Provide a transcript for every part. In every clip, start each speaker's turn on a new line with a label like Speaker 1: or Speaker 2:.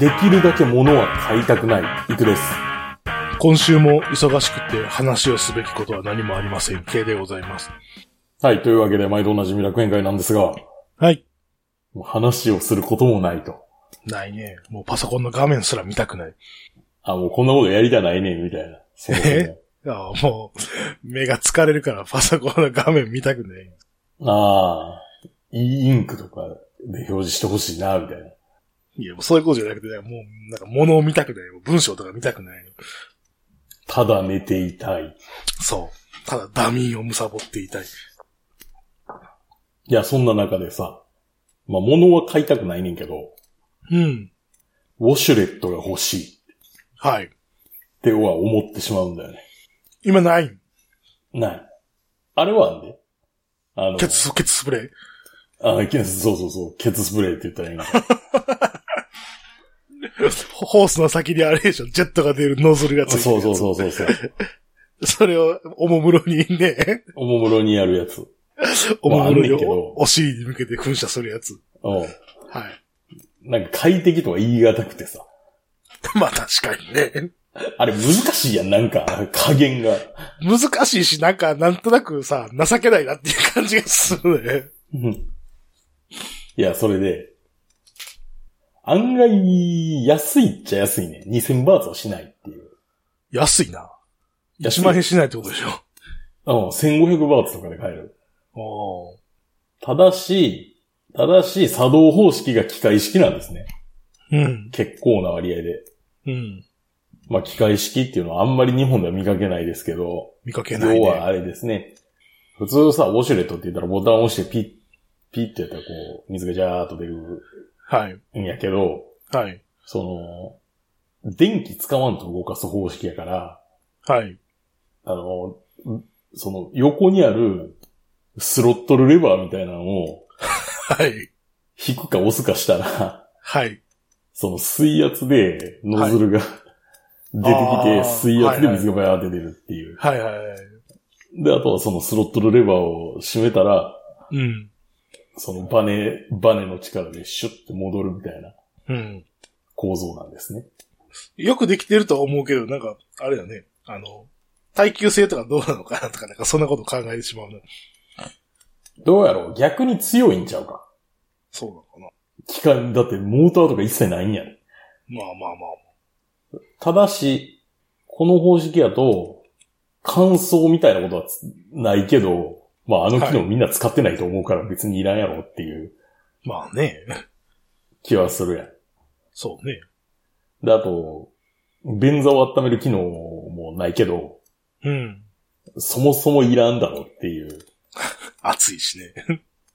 Speaker 1: できるだけ物は買いたくない、いくです。
Speaker 2: 今週も忙しくて話をすべきことは何もありません系でございます。
Speaker 1: はい、というわけで毎度おなじみ楽園会なんですが、
Speaker 2: はい。
Speaker 1: もう話をすることもないと。
Speaker 2: ないね。もうパソコンの画面すら見たくない。
Speaker 1: あ、もうこんなことやりたないねん、みたいな。そもそも
Speaker 2: ああ、もう、目が疲れるからパソコンの画面見たくない。
Speaker 1: ああ、e インクとかで表示してほしいな、みたいな。
Speaker 2: いや、もうそういうことじゃなくてね、もう、なんか物を見たくない。もう文章とか見たくない。
Speaker 1: ただ寝ていたい。
Speaker 2: そう。ただ、ダミーを貪っていたい。
Speaker 1: いや、そんな中でさ、まあ、物は買いたくないねんけど、
Speaker 2: うん。
Speaker 1: ウォシュレットが欲しいっ
Speaker 2: はい。
Speaker 1: ては思ってしまうんだよね。
Speaker 2: 今ない。
Speaker 1: ない。あれはあんで。あの、
Speaker 2: ケツス、ケツスプレー。
Speaker 1: あ、ケツ、そうそうそう、 ケツスプレーって言ったらいいな。
Speaker 2: ホースの先にあれでしょ、ジェットが出るノズルがついてる。
Speaker 1: そうそうそうそうそう。
Speaker 2: う。それを、おもむろにね、
Speaker 1: おもむろにやるやつ。
Speaker 2: おもむろに
Speaker 1: まああんねんけど
Speaker 2: おお尻に向けて噴射するやつ。
Speaker 1: うん。
Speaker 2: はい。
Speaker 1: なんか快適とは言い難くてさ。
Speaker 2: まあ確かにね。
Speaker 1: あれ難しいやん、なんか、加減が。
Speaker 2: 難しいし、なんか、なんとなくさ、情けないなっていう感じがするね。
Speaker 1: うんいや、それで、案外、安いっちゃ安いね。2000バーツはしないっていう。
Speaker 2: 安いな。
Speaker 1: 安い
Speaker 2: 1万円しないってことでし
Speaker 1: うん、1500バーツとかで買える。
Speaker 2: ょ。おー
Speaker 1: ただし、ただし、作動方式が機械式なんですね。
Speaker 2: うん。
Speaker 1: 結構な割合で。
Speaker 2: うん。
Speaker 1: まあ、機械式っていうのはあんまり日本では見かけないですけど、
Speaker 2: 見かけ
Speaker 1: 要
Speaker 2: ない
Speaker 1: は
Speaker 2: ね。
Speaker 1: あれですね。普通さ、ウォシュレットって言ったらボタンを押してピッ、ピッってやったらこう、水がジャーっと出る
Speaker 2: はい。
Speaker 1: んやけど、
Speaker 2: はい。
Speaker 1: その、電気使わんと動かす方式やから、
Speaker 2: はい。
Speaker 1: あの、うその横にあるスロットルレバーみたいなのを
Speaker 2: はい。
Speaker 1: 引くか押すかしたら、
Speaker 2: はい。
Speaker 1: その水圧でノズルが、出
Speaker 2: あー
Speaker 1: てきて、水圧で水がバーって出るっていう。
Speaker 2: はい。はいはい。
Speaker 1: で、あとはそのスロットルレバーを締めたら、
Speaker 2: うん。
Speaker 1: そのバネ、バネの力でシュッて戻るみたいな
Speaker 2: うん。
Speaker 1: 構造なんですね。
Speaker 2: よくできてるとは思うけど、なんか、あれだね。あの、耐久性とかどうなのかなとか、なんかそんなこと考えてしまうな。
Speaker 1: どうやろう逆に強いんちゃうか
Speaker 2: そうなのかな。
Speaker 1: 機関、だってモーターとか一切ないんやね
Speaker 2: まあまあまあ。
Speaker 1: ただし、この方式やと、乾燥みたいなことはつないけど、まああの機能みんな使ってないと思うから別にいらんやろっていう
Speaker 2: まあね。
Speaker 1: 気はするやん。
Speaker 2: そうね。
Speaker 1: で、あと、便座を温める機能もないけど、
Speaker 2: うん。
Speaker 1: そもそもいらんだろっていう。
Speaker 2: 暑いしね。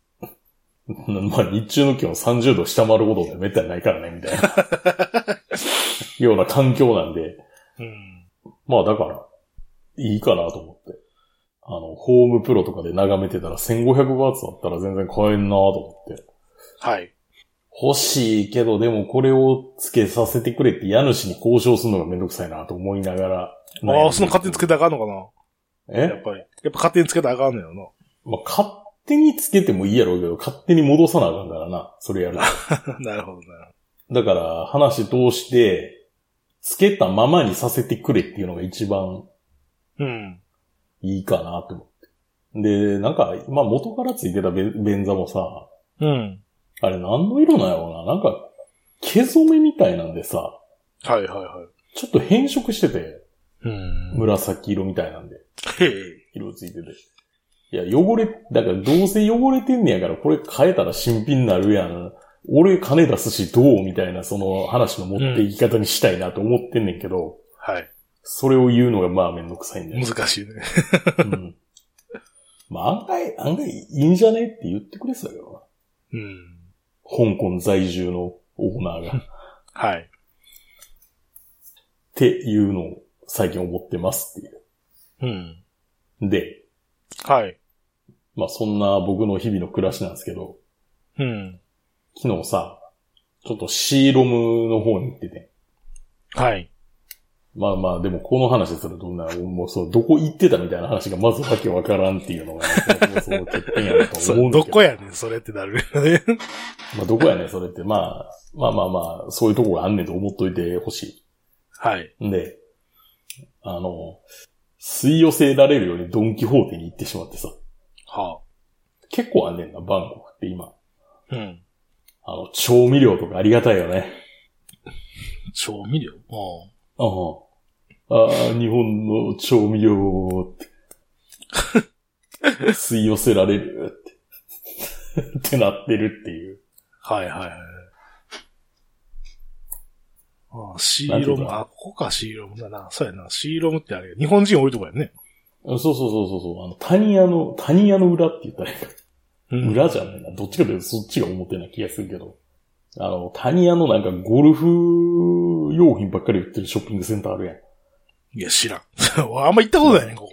Speaker 1: まあ日中の気温30度下回ることってめったにないからね、みたいな。 ような環境なんで。
Speaker 2: うん。
Speaker 1: まあだから、いいかなと思って。あの、ホームプロとかで眺めてたら1500バーツだったら全然買えんなと思って。
Speaker 2: はい。
Speaker 1: 欲しいけど、でもこれを付けさせてくれって家主に交渉するのがめんどくさいなと思いながら。
Speaker 2: ああ、その勝手につけたらあかんのかなや
Speaker 1: え
Speaker 2: っぱり。やっぱ勝手につけたらあかんのよな。
Speaker 1: まあ勝手につけてもいいやろうけど、勝手に戻さなあかんからな。それやると。
Speaker 2: なるほどな。
Speaker 1: だから、話通して、つけたままにさせてくれっていうのが一番
Speaker 2: うん。
Speaker 1: いいかなと思って。で、なんか、まあ元からついてたべ便座もさ、
Speaker 2: うん。
Speaker 1: あれ何の色なんやろうな。なんか、毛染めみたいなんでさ、
Speaker 2: はいはいは
Speaker 1: ちょっと変色してて、
Speaker 2: い。うん
Speaker 1: 紫色みたいなんで、
Speaker 2: へえ。
Speaker 1: 色ついてて。いや、汚れ、だからどうせ汚れてんねやから、これ変えたら新品になるやん。俺金出すしどうみたいな、その話の持っていき方にしたいなと思ってんねんけど、
Speaker 2: はい。
Speaker 1: それを言うのがまあめんどくさいんだよね。
Speaker 2: 難しいね。
Speaker 1: うんまあ案外、案外いいんじゃねって言ってくれてたけどな。
Speaker 2: うん。
Speaker 1: 香港在住のオーナーが。っ
Speaker 2: はい。
Speaker 1: ていうのを最近思ってますっていう
Speaker 2: うん。。
Speaker 1: で、
Speaker 2: はい。
Speaker 1: まあそんな僕の日々の暮らしなんですけど、
Speaker 2: うん。
Speaker 1: 昨日さ、ちょっとシーロムの方に行ってて、
Speaker 2: はい。
Speaker 1: まあまあ、でもこの話すると、なもうそう、どこ行ってたみたいな話がまずわけわからんっていうのが、その欠点やなと
Speaker 2: そ
Speaker 1: 思う
Speaker 2: れ
Speaker 1: んだ
Speaker 2: ど
Speaker 1: けど。
Speaker 2: こやねん、それってなるよね。
Speaker 1: まあどこやねん、それって。まあ、まあまあまあ、そういうとこがあんねんと思っといてほし
Speaker 2: はい。
Speaker 1: い。んで、あの、吸い寄せられるようにドンキホーテに行ってしまってさ。
Speaker 2: は
Speaker 1: 結構あんねんな、バンコクって今。
Speaker 2: あ。うん。
Speaker 1: あの、調味料とかありがたいよね。
Speaker 2: 調味料うん。
Speaker 1: ああ、ああ日本の調味料って。吸い寄せられるって。ってなってるっていう。
Speaker 2: はいはいはい。ああ、シーロ
Speaker 1: なんていう
Speaker 2: ム、
Speaker 1: か
Speaker 2: あ、ここかシーロムだな。そうやな。シーロムってあれ、日本人多いとこやね。
Speaker 1: そうそうそうそうそう。あの、谷屋の、谷屋の裏って言ったらいいか
Speaker 2: うん。
Speaker 1: 裏じゃないな。どっちかというとそっちが表な気がするけど。あの、谷屋のなんかゴルフ用品ばっかり売ってるショッピングセンターあるやん。
Speaker 2: いや、知らん。 俺あんま行ったことないねん、ここ。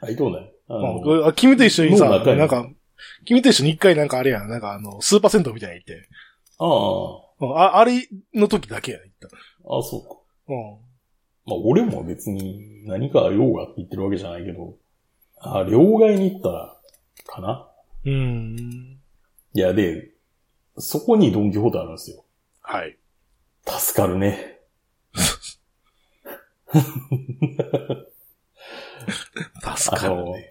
Speaker 1: あ、いとうね。あ
Speaker 2: うん
Speaker 1: の、
Speaker 2: これあ君と一緒にさ、
Speaker 1: 脳が赤い
Speaker 2: なんか、君と一緒に一回なんかあれやん、なんかあの、スーパー銭湯みたいに行って。
Speaker 1: あ
Speaker 2: うんあ、あれの時だけや、行った。
Speaker 1: あ、あそうか。
Speaker 2: うん。
Speaker 1: まあ、俺も別に何か用があって言ってるわけじゃないけど、あ、両替に行ったら、かな
Speaker 2: うーん。
Speaker 1: いや、で、そこにドンキホーテあるんですよ。
Speaker 2: はい。
Speaker 1: 助かるね。
Speaker 2: 助かるね。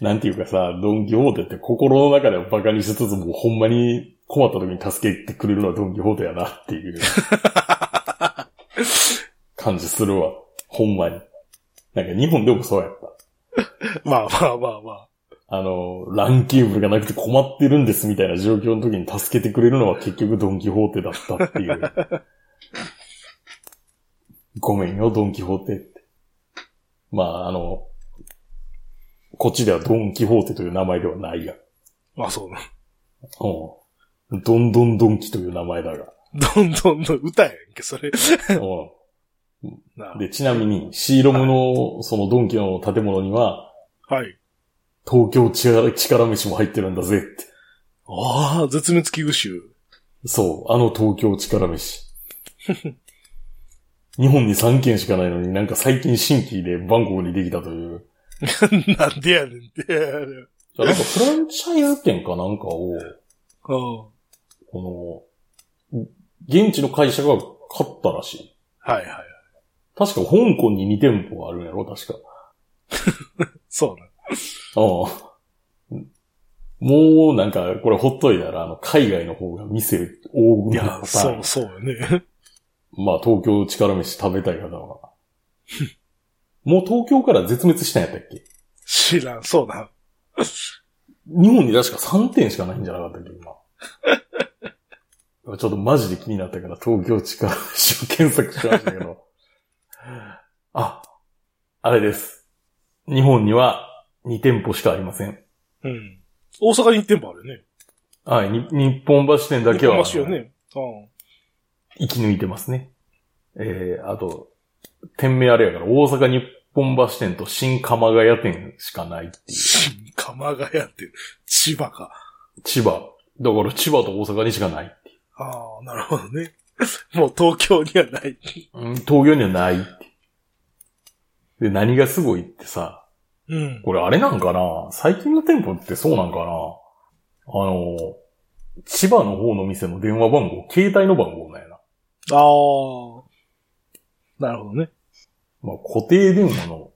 Speaker 1: なんていうかさ、ドンキホーテって心の中ではバカにしつつも、ほんまに困った時に助けてくれるのはドンキホーテやなっていう 感じするわ。ほんまに。なんか日本でもそうやった。
Speaker 2: まあまあまあまあ。
Speaker 1: あの、ランキーブルがなくて困ってるんですみたいな状況の時に助けてくれるのは結局ドンキホーテだったっていう。 ごめんよ、ドンキホーテって。まあ、あの、こっちではドンキホーテという名前ではないが。
Speaker 2: まあそうな。
Speaker 1: うん。どんどんドンキという名前だが。
Speaker 2: どんどんどん歌やんけ、それ。
Speaker 1: う。
Speaker 2: なん
Speaker 1: で、ちなみに、シーロムの、そのドンキの建物には、
Speaker 2: はい。
Speaker 1: 東京力力飯も入ってるんだぜって。
Speaker 2: ああ、絶滅危惧種。
Speaker 1: そう、あの東京力飯。 日本に3軒しかないのになんか最近新規でバンコクにできたという。
Speaker 2: なんでやねんって。
Speaker 1: いやなんかフランチャイズ店かなんかを、
Speaker 2: うん。
Speaker 1: この、現地の会社が買ったらしい。
Speaker 2: はいはい。
Speaker 1: 確か香港に2店舗あるんやろ確か。
Speaker 2: そうな。
Speaker 1: ああ。もうなんか、これほっといたら、あの、海外の方が店多
Speaker 2: い
Speaker 1: くな
Speaker 2: や
Speaker 1: っ、た。
Speaker 2: そうそうよね。
Speaker 1: まあ、東京力飯食べたい方は。 もう東京から絶滅したんやったっけ
Speaker 2: 知らん、そうな。
Speaker 1: 日本に確か3点しかないんじゃなかったっけ今。 ちょっとマジで気になったから、東京地下一生検索しましたけど。 あ、あれです。日本には2店舗しかありません。
Speaker 2: うん。大阪に1店舗あるよね。
Speaker 1: はい、に日本橋店だけは、
Speaker 2: 行きますよね。うん。
Speaker 1: 生き抜いてますね。えー、あと、店名あれやから、大阪日本橋店と新鎌ヶ谷店しかないっていう。
Speaker 2: 新鎌ヶ谷って、千葉か。
Speaker 1: 千葉。だから千葉と大阪にしかない。
Speaker 2: ああ、なるほどね。もう東京にはない。
Speaker 1: うん東京にはないって。で、何がすごいってさ、
Speaker 2: うん。
Speaker 1: これあれなんかな最近の店舗ってそうなんかなあの、千葉の方の店の電話番号、携帯の番号なんやな。
Speaker 2: ああ。なるほどね。
Speaker 1: まあ、固定電話の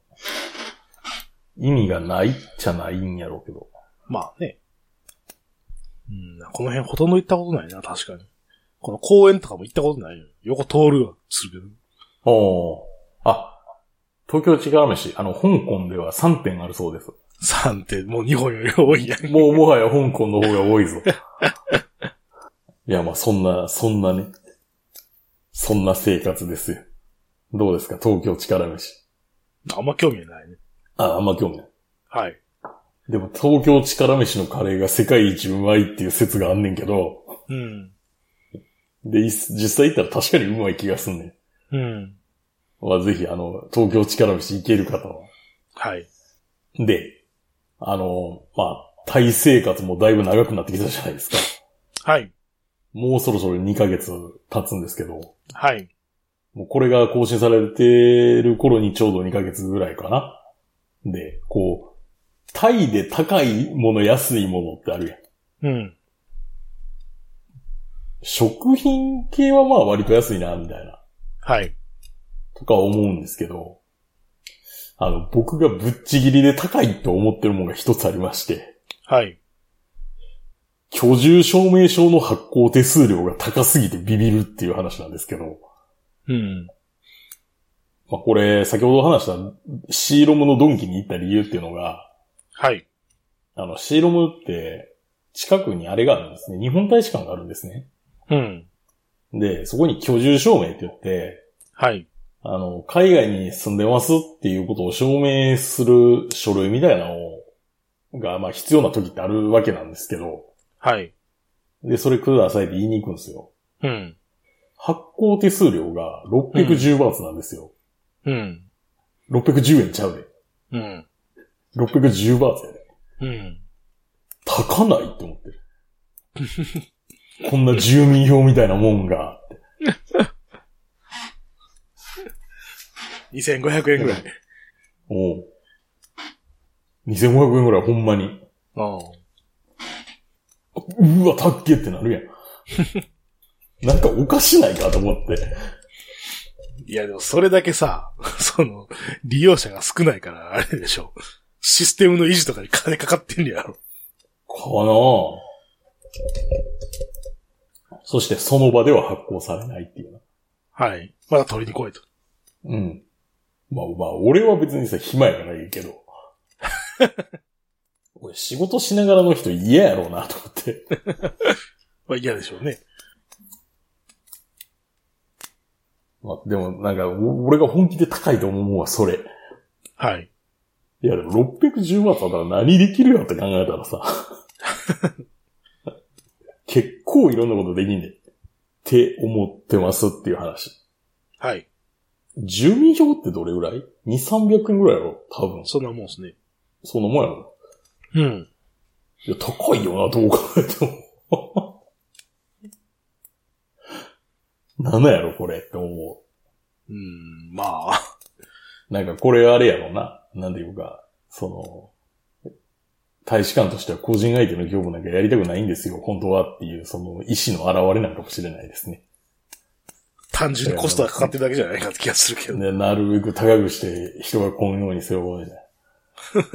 Speaker 1: 意味がないっちゃないんやろうけど。
Speaker 2: まあね。うん、この辺ほとんど行ったことないな、確かに。この公園とかも行ったことないよ。横通るはするけど。
Speaker 1: おーあ、東京力飯、あの、香港では3店あるそうです。
Speaker 2: 3点、もう日本より多いやん。
Speaker 1: もうもはや香港の方が多いぞ。 いや、まあそんな、そんなね。そんな生活ですよ。どうですか東京力飯。
Speaker 2: あんま興味ないね。
Speaker 1: あ、あんま興味ない。
Speaker 2: はい。
Speaker 1: でも東京力飯のカレーが世界一うまいっていう説があんねんけど、
Speaker 2: うん。
Speaker 1: で、いっ実際行ったら確かにうまい気がすんねん。
Speaker 2: うん。
Speaker 1: まあぜひ、あの、東京力飯行ける方は。
Speaker 2: はい。
Speaker 1: で、あの、まあ、タイ生活もだいぶ長くなってきたじゃないですか。
Speaker 2: はい。
Speaker 1: もうそろそろ2ヶ月経つんですけど、
Speaker 2: はい。
Speaker 1: もうこれが更新されてる頃にちょうど2ヶ月ぐらいかな。で、こう、タイで高いもの、安いものってあるやん。
Speaker 2: うん。
Speaker 1: 食品系はまあ割と安いな、みたいな。
Speaker 2: はい。
Speaker 1: とか思うんですけど、あの、僕がぶっちぎりで高いと思ってるものが一つありまして、
Speaker 2: はい。
Speaker 1: 居住証明書の発行手数料が高すぎてビビるっていう話なんですけど、
Speaker 2: うん。
Speaker 1: まあ、これ、先ほど話したシーロムのドンキに行った理由っていうのが、
Speaker 2: はい。
Speaker 1: あの、シーロムって、近くにあれがあるんですね。日本大使館があるんですね。
Speaker 2: うん。
Speaker 1: で、そこに居住証明って言って、
Speaker 2: はい。
Speaker 1: あの、海外に住んでますっていうことを証明する書類みたいなのが、まあ必要な時ってあるわけなんですけど、
Speaker 2: はい。
Speaker 1: で、それくださいって言いに行くんですよ。
Speaker 2: うん。
Speaker 1: 発行手数料が610バーツなんですよ。
Speaker 2: うん。
Speaker 1: 610円ちゃうで。
Speaker 2: うん。
Speaker 1: 610バーツやで。
Speaker 2: うん。
Speaker 1: 高ないって思ってる。こんな住民票みたいなもんが。
Speaker 2: 2500円ぐらい。
Speaker 1: おう2500円ぐらいほんまに。
Speaker 2: ああ。
Speaker 1: うわ、たっけってなるやん。なんかおかしないかと思って。
Speaker 2: いや、でもそれだけさ、 その、利用者が少ないから、あれでしょ。システムの維持とかに金かかってんやろ。
Speaker 1: かなぁそしてその場では発行されないっていうな。
Speaker 2: はい。まだ取りに来いと。
Speaker 1: うん。まあまあ、俺は別にさ、暇やからいいけど。俺仕事しながらの人嫌やろうなと思って。
Speaker 2: まあ嫌でしょうね。
Speaker 1: まあでもなんか、お俺が本気で高いと思うのはそれ。
Speaker 2: はい。
Speaker 1: いやでも610ワットだから何できるよって考えたらさ。結構いろんなことできんねって思ってますっていう話。
Speaker 2: はい。
Speaker 1: 住民票ってどれぐらい ?2、300円ぐらいやろ多分。
Speaker 2: そんなもんですね。
Speaker 1: そんなもんやろ
Speaker 2: うん。
Speaker 1: いや、高いよな、どう考えても。 なんなんやろ、これって思
Speaker 2: うん、まあ。
Speaker 1: う。なんか、これあれやろな。なんていうか、その、大使館としては個人相手の業務なんかやりたくないんですよ、本当はっていう、その意思の表れなんかもしれないですね。
Speaker 2: 単純にコストがかかってるだけじゃないかって気がするけど。
Speaker 1: でなるべく高くして人がこのようにすることじゃない。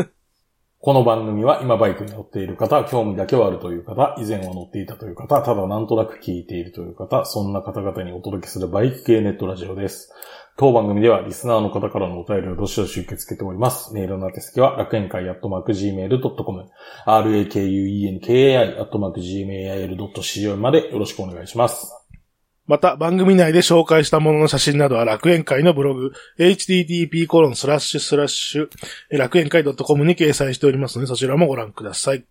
Speaker 1: この番組は今バイクに乗っている方、興味だけはあるという方、以前は乗っていたという方、ただなんとなく聞いているという方、そんな方々にお届けするバイク系ネットラジオです。当番組ではリスナーの方からのお便りをどしどし受け付けております。メールの宛先は楽園会アットマーク Gmail.com、rakuenkai アットマーク Gmail.co までよろしくお願いします。
Speaker 2: また、番組内で紹介したものの写真などは楽園会のブログ、http:// コロンスラッシュスラッシュえ楽園会 .com に掲載しておりますので、そちらもご覧ください。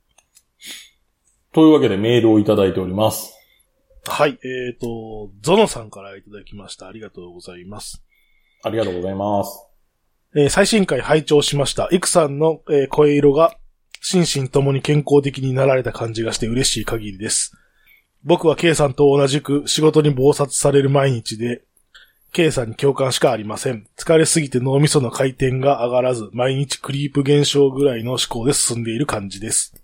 Speaker 1: というわけでメールをいただいております。
Speaker 2: はい。えっ、と、ゾノさんからいただきました。ありがとうございます。
Speaker 1: ありがとうございます。
Speaker 2: えー最新回拝聴しました。イクさんの、えー声色が心身ともに健康的になられた感じがして嬉しい限りです。僕は K さんと同じく仕事に暴殺される毎日で、K さんに共感しかありません。疲れすぎて脳みその回転が上がらず、毎日クリープ現象ぐらいの思考で進んでいる感じです。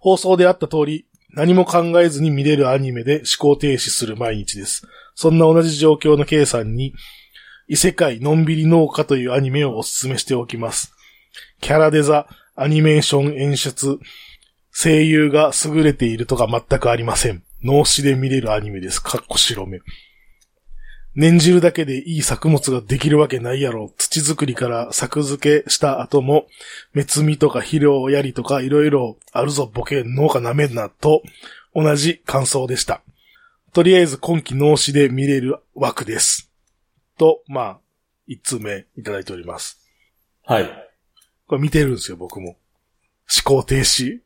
Speaker 2: 放送であった通り、何も考えずに見れるアニメで思考停止する毎日です。そんな同じ状況の K さんに、異世界のんびり農家というアニメをおすすめしておきます。キャラデザ、アニメーション演出、声優が優れているとか全くありません。脳死で見れるアニメです。かっこ白目。念じるだけでいい作物ができるわけないやろ。土作りから作付けした後も、目摘みとか肥料やりとかいろいろあるぞボケ、農家なめんな、と同じ感想でした。とりあえず今期脳死で見れる枠です。と、まあ、一通目いただいております。
Speaker 1: はい。
Speaker 2: これ見てるんですよ、僕も。思考停止。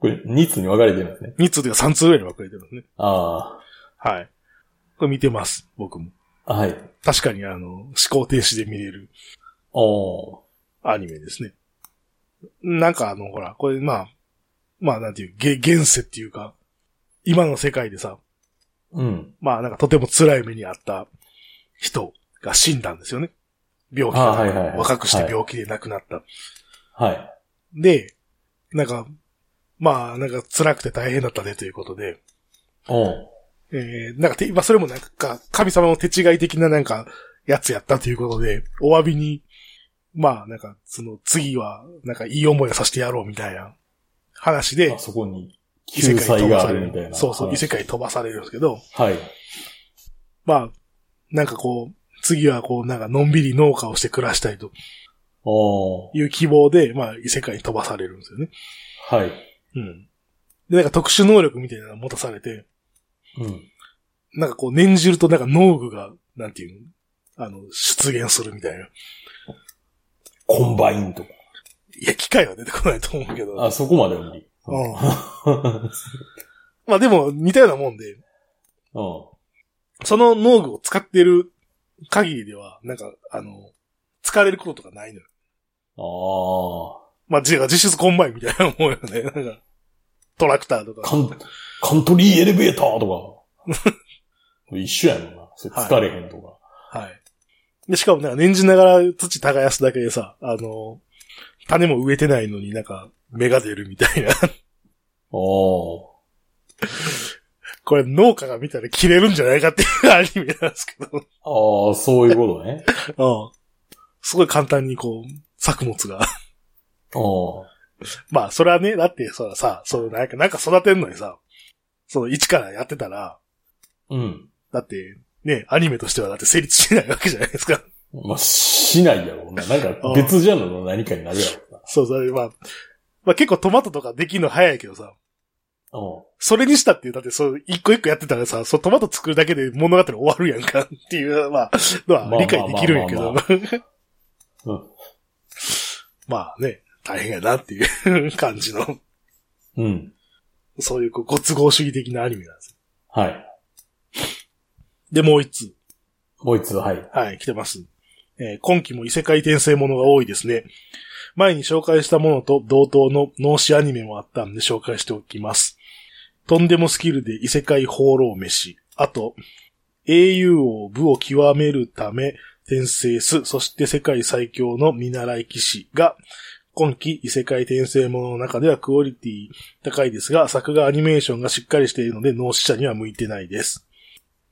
Speaker 1: これ、2つに分かれてるんですね。
Speaker 2: 2通というか3通ぐらいに分かれてるんですね。
Speaker 1: あ
Speaker 2: はい。これ見てます、僕も。
Speaker 1: あ、はい。
Speaker 2: 確かにあの、思考停止で見れる
Speaker 1: おー
Speaker 2: アニメですね。なんかあの、ほら、これまあ、まあなんていう、げ、現世っていうか、今の世界でさ、
Speaker 1: うん。
Speaker 2: まあなんかとても辛い目にあった人が死んだんですよね。病気
Speaker 1: あ
Speaker 2: か
Speaker 1: はい
Speaker 2: な
Speaker 1: はいはい
Speaker 2: 若くして
Speaker 1: はい
Speaker 2: 病気で亡くなった。
Speaker 1: はい。
Speaker 2: で、なんか、まあ、なんか辛くて大変だったねということで、
Speaker 1: うん。
Speaker 2: えー、なんかて、まあそれもなんか、神様の手違い的ななんか、やつやったということで、お詫びに、まあなんか、その次は、なんかいい思いをさせてやろうみたいな話で
Speaker 1: あ、そこに
Speaker 2: 異
Speaker 1: 救
Speaker 2: 世界に
Speaker 1: 済
Speaker 2: 飛ば
Speaker 1: が
Speaker 2: さ
Speaker 1: あ
Speaker 2: れ
Speaker 1: るみたい
Speaker 2: る。
Speaker 1: な。
Speaker 2: そうそう、
Speaker 1: はい
Speaker 2: 異世界に飛ばされるんですけど、
Speaker 1: はい。
Speaker 2: まあ、なんかこう、次はこう、なんかのんびり農家をして暮らしたいと
Speaker 1: おー
Speaker 2: いう希望で、まあ異世界に飛ばされるんですよね。
Speaker 1: はい。
Speaker 2: うん。で、なんか特殊能力みたいなのを持たされて、
Speaker 1: うん。
Speaker 2: なんかこう、念じるとなんか農具が、なんていうのあの、出現するみたいな。
Speaker 1: コンバインとか。
Speaker 2: いや、機械は出てこないと思うけど。
Speaker 1: あ、そこまでは無理。
Speaker 2: うん
Speaker 1: う
Speaker 2: まあでも、似たようなもんで、
Speaker 1: ん。
Speaker 2: その農具を使ってる限りでは、なんか、あの、疲れることとかないのよ。
Speaker 1: ああ。
Speaker 2: まあ、じ実質コンバインみたいなもんよ ね。なんか、トラクターと
Speaker 1: カ
Speaker 2: か。
Speaker 1: ン、カントリーエレベーターとか。 一緒やもんな。それ疲れへんとか。
Speaker 2: はい。で、しかもなんか、念じながら土耕すだけでさ、あの、種も植えてないのになんか、芽が出るみたいな。
Speaker 1: おー
Speaker 2: これ農家が見たら切れるんじゃないかっていうアニメなんですけど。
Speaker 1: ああ、そういうことね。
Speaker 2: うん。すごい簡単にこう、作物が。
Speaker 1: おー
Speaker 2: まあ、それはね、だって、そらさ、そのなんか、なんか育てんのにさ、その一からやってたら、
Speaker 1: うん。
Speaker 2: だって、ね、アニメとしてはだって成立しないわけじゃないですか。
Speaker 1: まあ、しないやろうな。なんか別ジャンルの何かになるやろ
Speaker 2: そうそう、まあ、まあ結構トマトとかできるの早いけどさ、
Speaker 1: うな。お
Speaker 2: それにしたって、だってそう、一個一個やってたらさ、そうトマト作るだけで物語終わるやんかっていう、まあ、のは理解できるんやけ
Speaker 1: まあ
Speaker 2: ど
Speaker 1: ま、う
Speaker 2: まあね、大変やなっていう 感じの、
Speaker 1: ん。うん。
Speaker 2: そういうこうご都合主義的なアニメなんですよ。
Speaker 1: はい。
Speaker 2: で、もう一つ。
Speaker 1: もう一つ、はい。
Speaker 2: はい、来てます。えー今期も異世界転生ものが多いですね。前に紹介したものと同等の脳死アニメもあったんで紹介しておきます。とんでもスキルで異世界放浪飯。あと、英雄王部を極めるため転生す、そして世界最強の見習い騎士が、今期異世界転生ものの中ではクオリティ高いですが、作画アニメーションがしっかりしているので脳死者には向いてないです。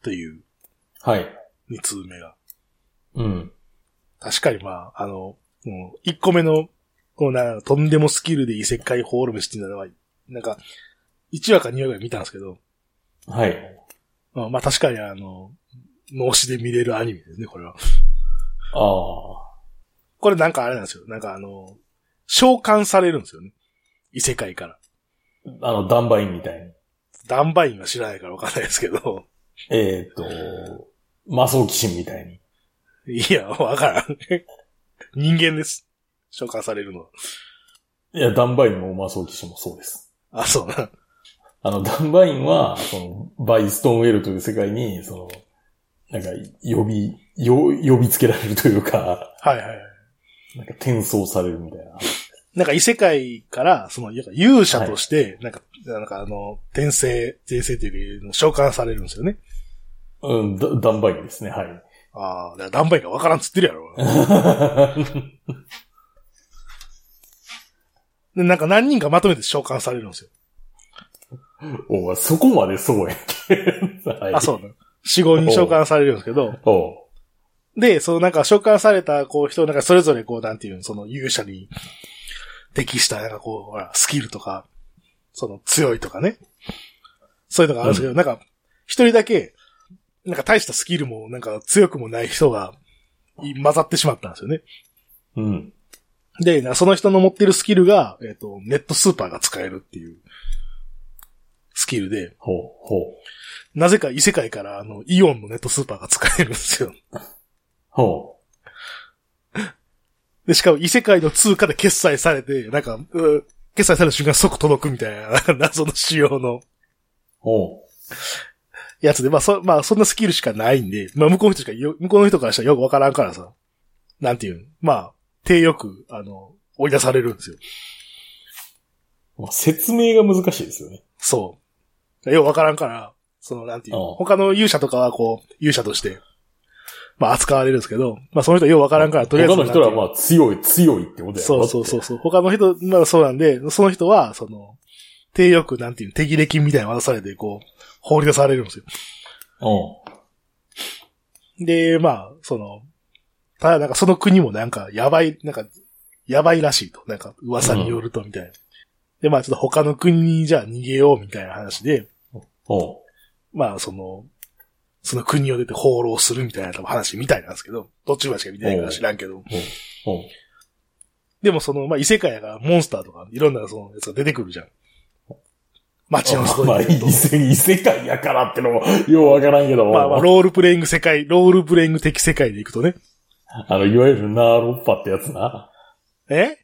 Speaker 2: という
Speaker 1: はい。
Speaker 2: 2通目が。
Speaker 1: うん。
Speaker 2: 確かにまあ、あの、もう一個目の、こうな、とんでもスキルで異世界ホール飯っていうのは、なんか、1話か2話ぐらい見たんですけど、
Speaker 1: はい。
Speaker 2: まあ、まあ確かにあの、脳死で見れるアニメですね、これは。
Speaker 1: ああ。
Speaker 2: これなんかあれなんですよ。なんかあの、召喚されるんですよね。異世界から。
Speaker 1: あの、ダンバインみたいに。
Speaker 2: ダンバインは知らないからわかんないですけど、
Speaker 1: えーっと、マソキシンみたいに。
Speaker 2: いや、わからん。人間です。召喚されるのは。
Speaker 1: いや、ダンバインもマソキシンもそうです。
Speaker 2: あ、そうな。
Speaker 1: あの、ダンバインは、その、バイストーンウェルという世界に、その、なんか、呼び、よ呼びつけられるというか、
Speaker 2: はいはいはい。
Speaker 1: なんか転送されるみたいな。
Speaker 2: なんか異世界から、その、勇者として、なんか、なんかあの、転生、転生というか、召喚されるんですよね。
Speaker 1: うん、ダダンバインですね、はい。
Speaker 2: ああ、だからダンバインがわからんっつってるやろ。 で、なんか何人かまとめて召喚されるんですよ。
Speaker 1: おうそこまでそうやんけ。 はい、
Speaker 2: あ、そうなの。死後に召喚されるんですけど、
Speaker 1: おう。
Speaker 2: で、そのなんか召喚された、こう、人、なんかそれぞれこう、なんていうの、その勇者に適した、なんかこう、ほら、スキルとか、その強いとかね。そういうのがあるんですけど、なんか、一人だけ、なんか大したスキルも、なんか強くもない人が、い混ざってしまったんですよね。
Speaker 1: うん。
Speaker 2: で、なその人の持ってるスキルが、えっ、と、ネットスーパーが使えるっていう、スキルで、
Speaker 1: ほう、ほう。
Speaker 2: なぜか異世界から、あの、イオンのネットスーパーが使えるんですよ。
Speaker 1: ほ
Speaker 2: で、しかも異世界の通貨で決済されて、なんか、う決済される瞬間即届くみたいな、なん か謎の仕様の
Speaker 1: う。ほ
Speaker 2: やつで、まあ、そ、まあ、そんなスキルしかないんで、まあ、向こうの人しかよ、向こうの人からしたらよくわからんからさ、なんていうん、まあ、手よく、あの、追い出されるんですよ。
Speaker 1: う。まあ説明が難しいですよね。
Speaker 2: そう。よくわからんから、その、なんていう、
Speaker 1: うん
Speaker 2: 他の勇者とかはこう、勇者として、まあ扱われるんですけど、まあその人はようわからんから、とりあえず。
Speaker 1: 他の人らはまあ強い、強いってことや
Speaker 2: そうそう
Speaker 1: う。
Speaker 2: そうそう。他の人、まあそうなんで、その人は、その、手よく、なんていうの、手切れ金みたいなの渡されて、こう、放り出されるんですよ。
Speaker 1: う
Speaker 2: で、まあ、その、ただなんかその国もなんか、やばい、なんか、やばいらしいと。なんか、噂によると、みたいな。で、まあちょっと他の国にじゃあ逃げよう、みたいな話で、
Speaker 1: ん。うん。
Speaker 2: まあその、その国を出て放浪するみたいな多分話みたいなんですけど、どっちまでしか見てないから知らんけど。
Speaker 1: うん。
Speaker 2: でもその、まあ異世界やからモンスターとか、いろんなそのやつが出てくるじゃん。街のスト ー
Speaker 1: まあ、
Speaker 2: リーと
Speaker 1: 異世異世界やからってのも、 ようわからんけど、
Speaker 2: まあまあ、ロールプレイング世界、ロールプレイング的世界で行くとね。
Speaker 1: あの、いわゆるナーロッパってやつな。
Speaker 2: え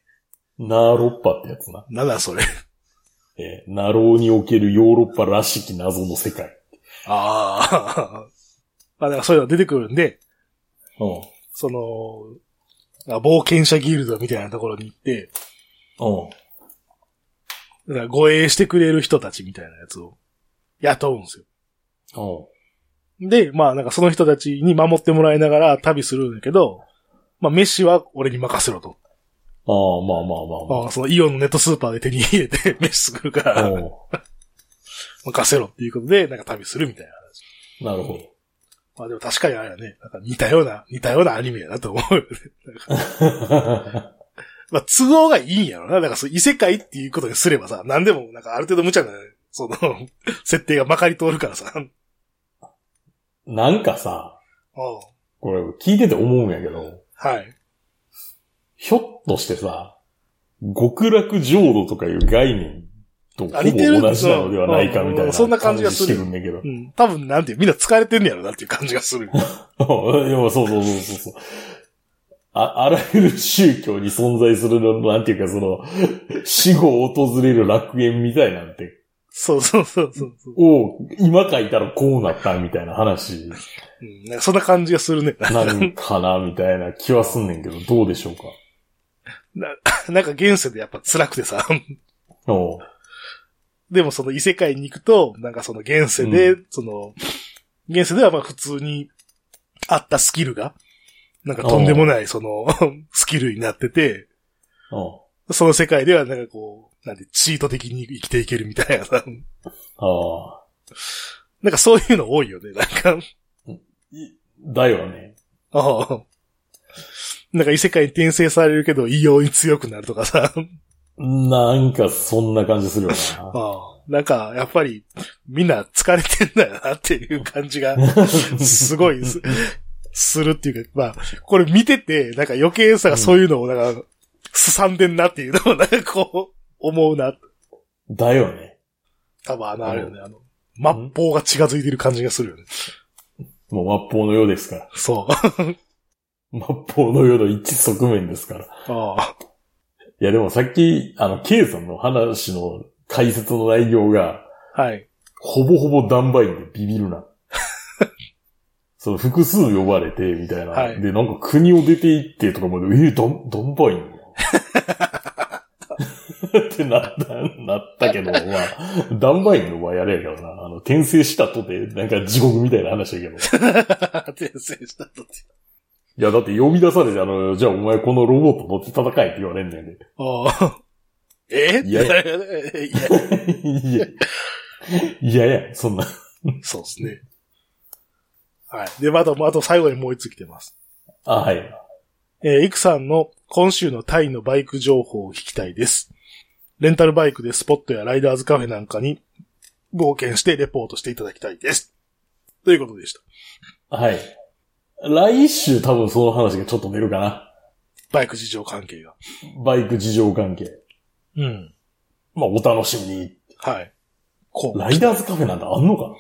Speaker 1: ナーロッパってやつな。
Speaker 2: なんだそれ。
Speaker 1: えー、ナローにおけるヨーロッパらしき謎の世界。
Speaker 2: ああ。 まあだからそういうの出てくるんで、
Speaker 1: うん。
Speaker 2: その、あ冒険者ギルドみたいなところに行って、
Speaker 1: うん。
Speaker 2: だから護衛してくれる人たちみたいなやつを雇うんですよ。
Speaker 1: うん。
Speaker 2: で、まあなんかその人たちに守ってもらいながら旅するんだけど、まあ飯は俺に任せろと。
Speaker 1: ああ、まあまあまあ
Speaker 2: まあそのイオンのネットスーパーで手に入れて 飯作るか
Speaker 1: まあ。
Speaker 2: ら
Speaker 1: うん。
Speaker 2: 任せろっていうことでなんか旅するみたいな
Speaker 1: な
Speaker 2: 話。
Speaker 1: るほ
Speaker 2: まあでも確かにあれだね、なんか似たような、似たようなアニメやなと思うよ ね。
Speaker 1: ど。
Speaker 2: まあ都合がいいんやろな。だからそう異世界っていうことにすればさ、何でもなんかある程度無茶な、その、 設定がまかり通るからさ。 うん
Speaker 1: なんかさ、これ聞いてて思うんやけど、
Speaker 2: はい。
Speaker 1: ひょっとしてさ、極楽浄土とかいう概念とほぼ
Speaker 2: あ似てる
Speaker 1: 同じなのではないかみたい
Speaker 2: うん
Speaker 1: な。
Speaker 2: そんな感じがする
Speaker 1: してくんだけど
Speaker 2: う。ん。多分なんていう、みんな疲れてんねやろなっていう感じが する。
Speaker 1: うんいやそうそうそうそうそう。あ、あらゆる宗教に存在するの、なんていうかその、死後訪れる楽園みたいなんて、
Speaker 2: そうそうそうそうそう。
Speaker 1: を今書いたらこうなったみたいな話
Speaker 2: うん、なんかそんな感じがするね。
Speaker 1: なんかな、みたいな気はすんねんけど、どうでしょうか。
Speaker 2: なん か現世でやっぱ辛くてさ。
Speaker 1: おう
Speaker 2: でもその異世界に行くと、なんかその現世で、
Speaker 1: う
Speaker 2: その、現世ではまあ普通にあったスキルが、なんかとんでもないその スキルになってて、
Speaker 1: おう
Speaker 2: その世界ではなんかこう、なんでチート的に生きていけるみたいな さ。
Speaker 1: ああ。
Speaker 2: なんかそういうの多いよね、なんか。
Speaker 1: いだよね。
Speaker 2: ああなんか異世界に転生されるけど異様に強くなるとかさ。
Speaker 1: なんか、そんな感じするよな。
Speaker 2: ああなんか、やっぱり、みんな疲れてんだよなっていう感 じ が、すごいす、するっていうか、まあ、これ見てて、なんか余計さ、そういうのを、なんか、すさんでんなっていうのを、なんかこう、思うな。
Speaker 1: だよね。
Speaker 2: 多分あの、あれよね、あの、末法が血がついてる感じがするよね。
Speaker 1: もう末法のようですから。
Speaker 2: そう。あ
Speaker 1: 末法のようの一側面ですから。
Speaker 2: あ
Speaker 1: いや、でもさっき、あの、ケイさんの話の解説の内容が、
Speaker 2: はい。
Speaker 1: ほぼほぼダンバインでビビ るな。その複数呼ばれて、みたいな。
Speaker 2: はい
Speaker 1: で、なんか国を出て行ってとかまで、えー、ダン、ダンバイン ってなった、なった けど、まあ、ダンバインの場合あれやけどな、あの、転生したとて、なんか地獄みたいな話やけど。
Speaker 2: 転生したとって。
Speaker 1: いや、だって呼び出されて、あの、じゃあお前このロボット乗って戦えって言われんねんで。
Speaker 2: ああ。え
Speaker 1: いやい
Speaker 2: いや
Speaker 1: いや、いやいや、そんな。
Speaker 2: そうですね。はい。で、また、あと最後にもう一つ来てます。
Speaker 1: あ、はい。
Speaker 2: えー、イクさんの今週のタイのバイク情報を聞きたいです。レンタルバイクでスポットやライダーズカフェなんかに冒険してレポートしていただきたいです。ということでした。
Speaker 1: はい。来週多分その話がちょっと出るかな。
Speaker 2: バイク事情関係が。
Speaker 1: バイク事情関係。
Speaker 2: うん。
Speaker 1: まあ、お楽しみに。
Speaker 2: はい。こう。
Speaker 1: ライダーズカフェなんてあんのか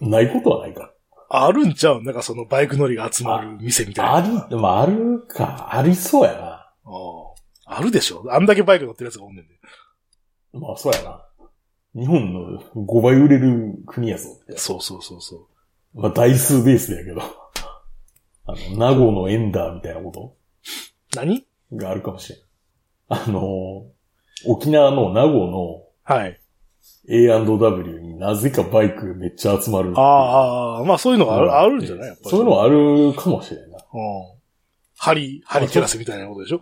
Speaker 1: ないことはないか。
Speaker 2: あるんちゃうなんかそのバイク乗りが集まる店みたいな。あ
Speaker 1: あり、まあ、あるか。ありそうやな。
Speaker 2: ああるでしょあんだけバイク乗ってるやつがおんねんで。
Speaker 1: まあ、そうやな。日本の5倍売れる国やぞって。
Speaker 2: そうそうそうそう。
Speaker 1: まあ、台数ベースだけど。あの、名護のエンダーみたいなこと
Speaker 2: 何
Speaker 1: があるかもしれん。あのー、沖縄の名護の
Speaker 2: はい。
Speaker 1: A&W になぜかバイクめっちゃ集まる。
Speaker 2: ああ、ああまあそういうのがある,、
Speaker 1: うん
Speaker 2: あるんじゃないやっぱり。
Speaker 1: そういうのはあるかもしれんな。
Speaker 2: うん。ハリ、ハリテラスみたいなことでしょ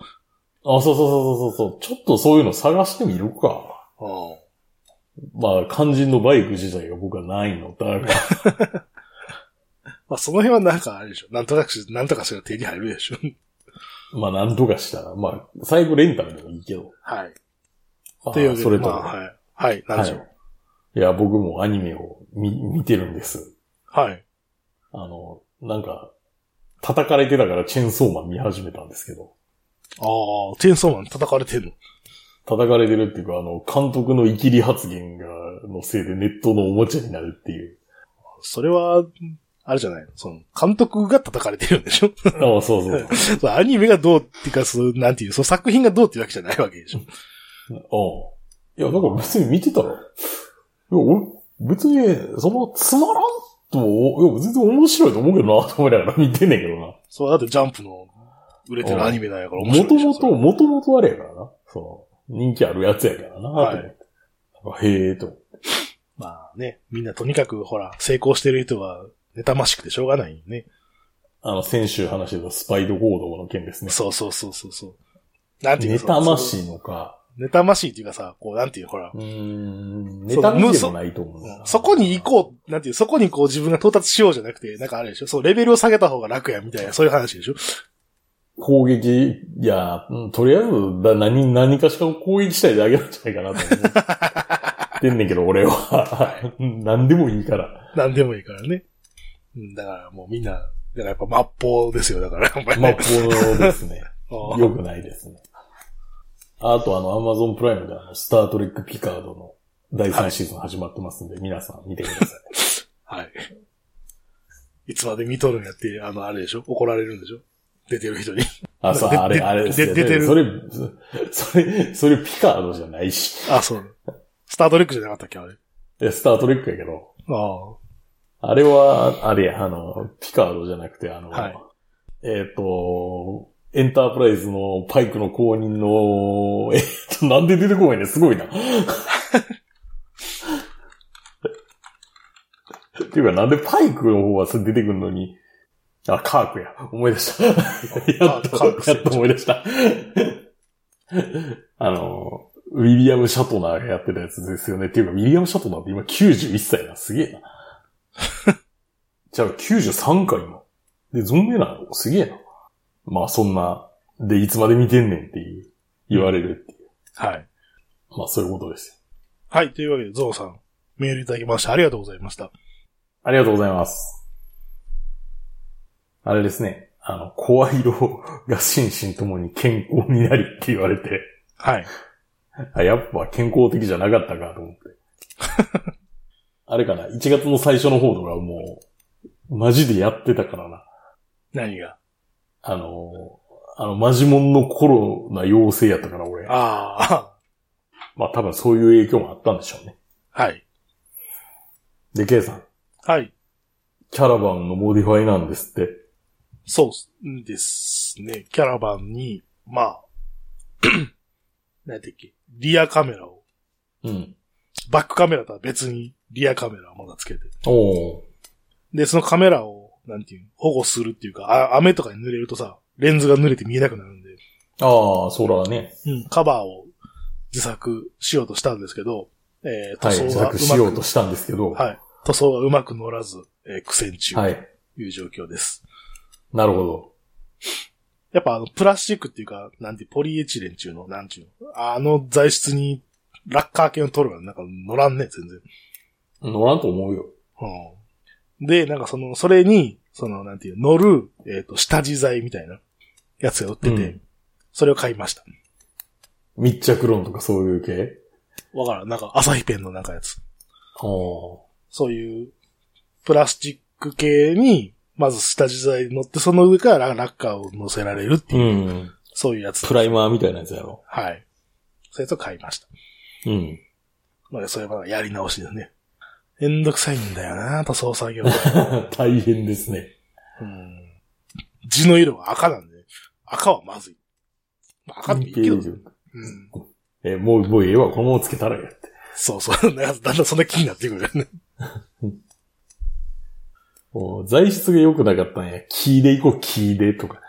Speaker 1: あ、そうそうそうそうそう。ちょっとそういうの探してみるか。
Speaker 2: うん。
Speaker 1: まあ、肝心のバイク自体が僕はないのだが。
Speaker 2: まあその辺はなんかあれでしょ。なんとなくし、なんとかしら手に入るでしょ。
Speaker 1: まあ、なんとかしたら。まあ、最後レンタルでもいいけ ど。
Speaker 2: はい。
Speaker 1: まあ
Speaker 2: というわけで、
Speaker 1: それと、
Speaker 2: まあ、はい。はい、なんでしょう。
Speaker 1: いや、僕もアニメを見見てるんです。
Speaker 2: はい。
Speaker 1: あの、なんか、叩かれてたからチェーンソーマン見始めたんですけど。
Speaker 2: ああ、チェーンソーマン叩かれてんの。
Speaker 1: 叩かれてるっていうか、あの、監督のイキリ発言が、のせいでネットのおもちゃになるって いう。
Speaker 2: それは、あれじゃないのその、監督が叩かれてるんでしょ
Speaker 1: ああ、そうそうそう。
Speaker 2: そうアニメがどうっていうか、そう、なんていう、そう作品がどうっていうわけじゃないわけでしょ
Speaker 1: うん。いや、だから別に見てたら、いや、俺、別に、その、つまらんとも、いや、全然面白いと思うけどな、と思いながら 見てんねんけどな。
Speaker 2: そう、だってジャンプの売れてるアニメなんやから面白
Speaker 1: も
Speaker 2: い
Speaker 1: と
Speaker 2: でしょ。
Speaker 1: もと、もともとあれやからな。その、人気あるやつやからな、と思って。なんかへえと。
Speaker 2: まあね、みんなとにかくほら、成功してる人は、妬ましくてしょうがないよね。
Speaker 1: あの、先週話してたスパイド行動の件ですね。
Speaker 2: そうそうそうそうそう。なんていう
Speaker 1: 妬ま
Speaker 2: い。
Speaker 1: しいのか。
Speaker 2: 妬ましいっていうかさ、こう、なんていう、ほら、
Speaker 1: うーん、
Speaker 2: そう
Speaker 1: 妬みでもないと思う
Speaker 2: うん
Speaker 1: な。
Speaker 2: そこに行こう、なんていう、そこにこう自分が到達しようじゃなくて、なんかあれでしょそう、レベルを下げた方が楽や、みたいな、そういう話でしょ
Speaker 1: 攻撃、いや、うんとりあえずだ何、何かしらを攻撃したいだけなんじゃない かなと思ってんねんけど、俺は。何でもいいから。
Speaker 2: なんでもいいからね。うんだからもうみんな、だからやっぱ末法ですよ、だから。やっぱり
Speaker 1: まあ、
Speaker 2: ね
Speaker 1: このです ね。
Speaker 2: うん
Speaker 1: 良くないですね。あと、あの、アマゾンプライムで、あの、スタートレックピカードの第3シーズン始まってますんで、皆さん見てください。
Speaker 2: はい。いつまで見とるんやって、あの、あれでしょ怒られるんでしょ出てる人に。
Speaker 1: あ、そう、
Speaker 2: で
Speaker 1: あれ、
Speaker 2: で
Speaker 1: あれですよね。
Speaker 2: で出てる
Speaker 1: それ、それ、それピカードじゃないし。
Speaker 2: あ、そう。スタートレックじゃなかったっけ、あれ。
Speaker 1: いやスタートレックやけど。
Speaker 2: ああ。
Speaker 1: あれは、あれや、あの、ピカードじゃなくて、あの、
Speaker 2: はい
Speaker 1: えっ、と、エンタープライズのパイクの公認の、えっ、と、なんで出てこないねんすごいな。っていうか、なんでパイクの方は出てくるのに、あ、カークや。思い出 した。やっ
Speaker 2: カーク
Speaker 1: と、やっと思い出した。あの、ウィリアム・シャトナーがやってたやつですよね。っていうか、ウィリアム・シャトナーって今91歳な。すげ えな。じゃあ93回も。で、存命なのすげえな。まあそんな、で、いつまで見てんねんっていう、言われるってい
Speaker 2: はい。
Speaker 1: う。まあそういうことですよ。
Speaker 2: はい。というわけで、ゾウさん、メールいただきましてありがとうございました。
Speaker 1: ありがとうございます。あれですね。あの、声色が心身ともに健康になりって言われて、
Speaker 2: はい。
Speaker 1: あ、やっぱ健康的じゃなかったかと思って。 あれかな、1月の最初の方とかもう、マジでやってたからな。
Speaker 2: 何が
Speaker 1: あの、あの、マジモンのコロナ陽性やったから、俺。
Speaker 2: あ
Speaker 1: まあ多分そういう影響もあったんでしょうね。
Speaker 2: あ。 はい。
Speaker 1: で、ケイさん、
Speaker 2: はい。
Speaker 1: キャラバンのモディファイなんですって。
Speaker 2: そうですね。キャラバンに、まあ、何やったっけリアカメラを、
Speaker 1: うん。
Speaker 2: バックカメラとは別にリアカメラをまだつけて。
Speaker 1: おお。
Speaker 2: で、そのカメラを、なんていうの、保護するっていうか、あ雨とかに濡れるとさ、レンズが濡れて見えなくなるんで、
Speaker 1: ああ、そらね。
Speaker 2: うん、カバーを自作しようとしたんですけど、えー、
Speaker 1: は
Speaker 2: 塗
Speaker 1: い、
Speaker 2: 装
Speaker 1: 自
Speaker 2: がうまく、
Speaker 1: 作しようとしたんですけど。は
Speaker 2: はい。塗装がうまく乗らず、えー苦戦中
Speaker 1: い。
Speaker 2: という状況です。
Speaker 1: なるほど。
Speaker 2: やっぱあの、プラスチックっていうか、なんて、ポリエチレンっていうの、なんちゅうの。あの材質に、ラッカー系の取るから、なんか乗らんね、全然。
Speaker 1: 乗らんと思うよ。
Speaker 2: うん。で、なんかその、それに、その、なんていう、乗る、えっ、と、下地材みたいなやつが売ってて、
Speaker 1: うん
Speaker 2: それを買いました。
Speaker 1: 密着論とかそういう系
Speaker 2: わからん。なんか、朝日ペンのなんかやつ。
Speaker 1: おお
Speaker 2: そういう、プラスチック系に、まず下地材に乗って、その上からラッカーを乗せられるって
Speaker 1: ー。
Speaker 2: いう、
Speaker 1: うん。
Speaker 2: そういうやつ。
Speaker 1: プライマーみたいなやつやろ。
Speaker 2: はい。それと買いました。
Speaker 1: うん。
Speaker 2: ので、それはやり直しですね。めんどくさいんだよな塗装作業が。
Speaker 1: 大変ですね。
Speaker 2: うん。地の色が赤なんで、赤はまずい。まあ赤でもいいけど、うん。
Speaker 1: え、もう、もうええわ、このままつけたらええって。
Speaker 2: そうそう。 だんだんそんな気になってくるよね。
Speaker 1: もう材質が良くなかったんや。木で行こう、木でとか。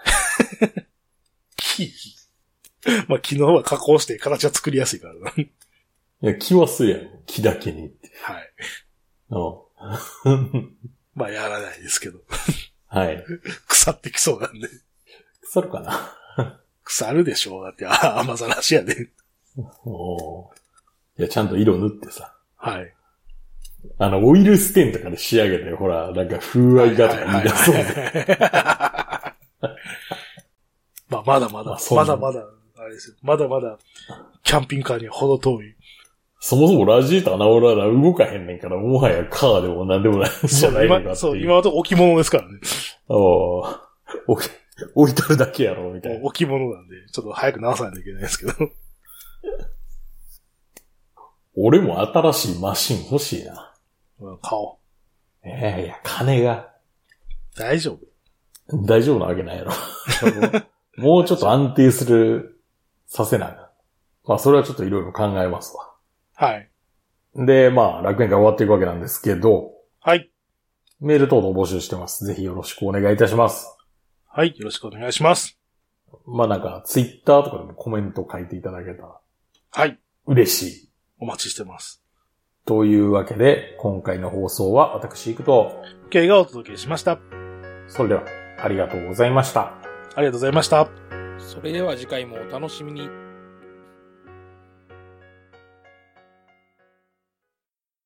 Speaker 2: まあ、昨日は加工して形は作りやすいからな。
Speaker 1: いや、木はするやん。木だけに。
Speaker 2: はい。
Speaker 1: うん。
Speaker 2: まあ、やらないですけど。
Speaker 1: はい。
Speaker 2: 腐ってきそうなんで。
Speaker 1: 腐るかな。
Speaker 2: 腐るでしょうだって、ああ、甘さらしやで。
Speaker 1: おーいや、ちゃんと色塗ってさ。
Speaker 2: はい。
Speaker 1: あの、オイルステンとかで仕上げて、ほら、なんか風合いがとか言い出そうで。
Speaker 2: まあ、まだま
Speaker 1: まあ
Speaker 2: だ、
Speaker 1: そう
Speaker 2: ま
Speaker 1: な
Speaker 2: だ
Speaker 1: んだ
Speaker 2: まだ、あれですよ。まだまだ、キャンピングカーには程遠い。
Speaker 1: そもそもラジータ直らな動かへんねんから、もはやカーでも何でもないんじゃ
Speaker 2: そ
Speaker 1: な
Speaker 2: う、
Speaker 1: いのかっていう。
Speaker 2: 今、そう、今のとこ置物ですからね。
Speaker 1: おー置き置いとるだけやろ、みたいな。
Speaker 2: 置物なんで、ちょっと早く直さないといけないですけど。
Speaker 1: 俺も新しいマシン欲しいな。
Speaker 2: まあ買おう。
Speaker 1: ええいや、金が
Speaker 2: 大丈夫。
Speaker 1: 大丈夫なわけないやろ。 もうちょっと安定する、させなあかんまあ、それはちょっといろいろ考えます
Speaker 2: はい。
Speaker 1: わ。で、まあ、楽園が終わっていくわけなんですけど、
Speaker 2: はい。
Speaker 1: メール等々募集してます。ぜひよろしくお願いいたします。
Speaker 2: はい。よろしくお願いします。
Speaker 1: まあなんか、ツイッターとかでもコメント書いていただけたら
Speaker 2: はい。
Speaker 1: 嬉しい。
Speaker 2: お待ちしてます。
Speaker 1: というわけで、今回の放送は私行くと、
Speaker 2: K がお届けしました。あ
Speaker 1: それでは、ありがとうございました。
Speaker 2: りがとうございました。
Speaker 3: それでは次回もお楽しみに。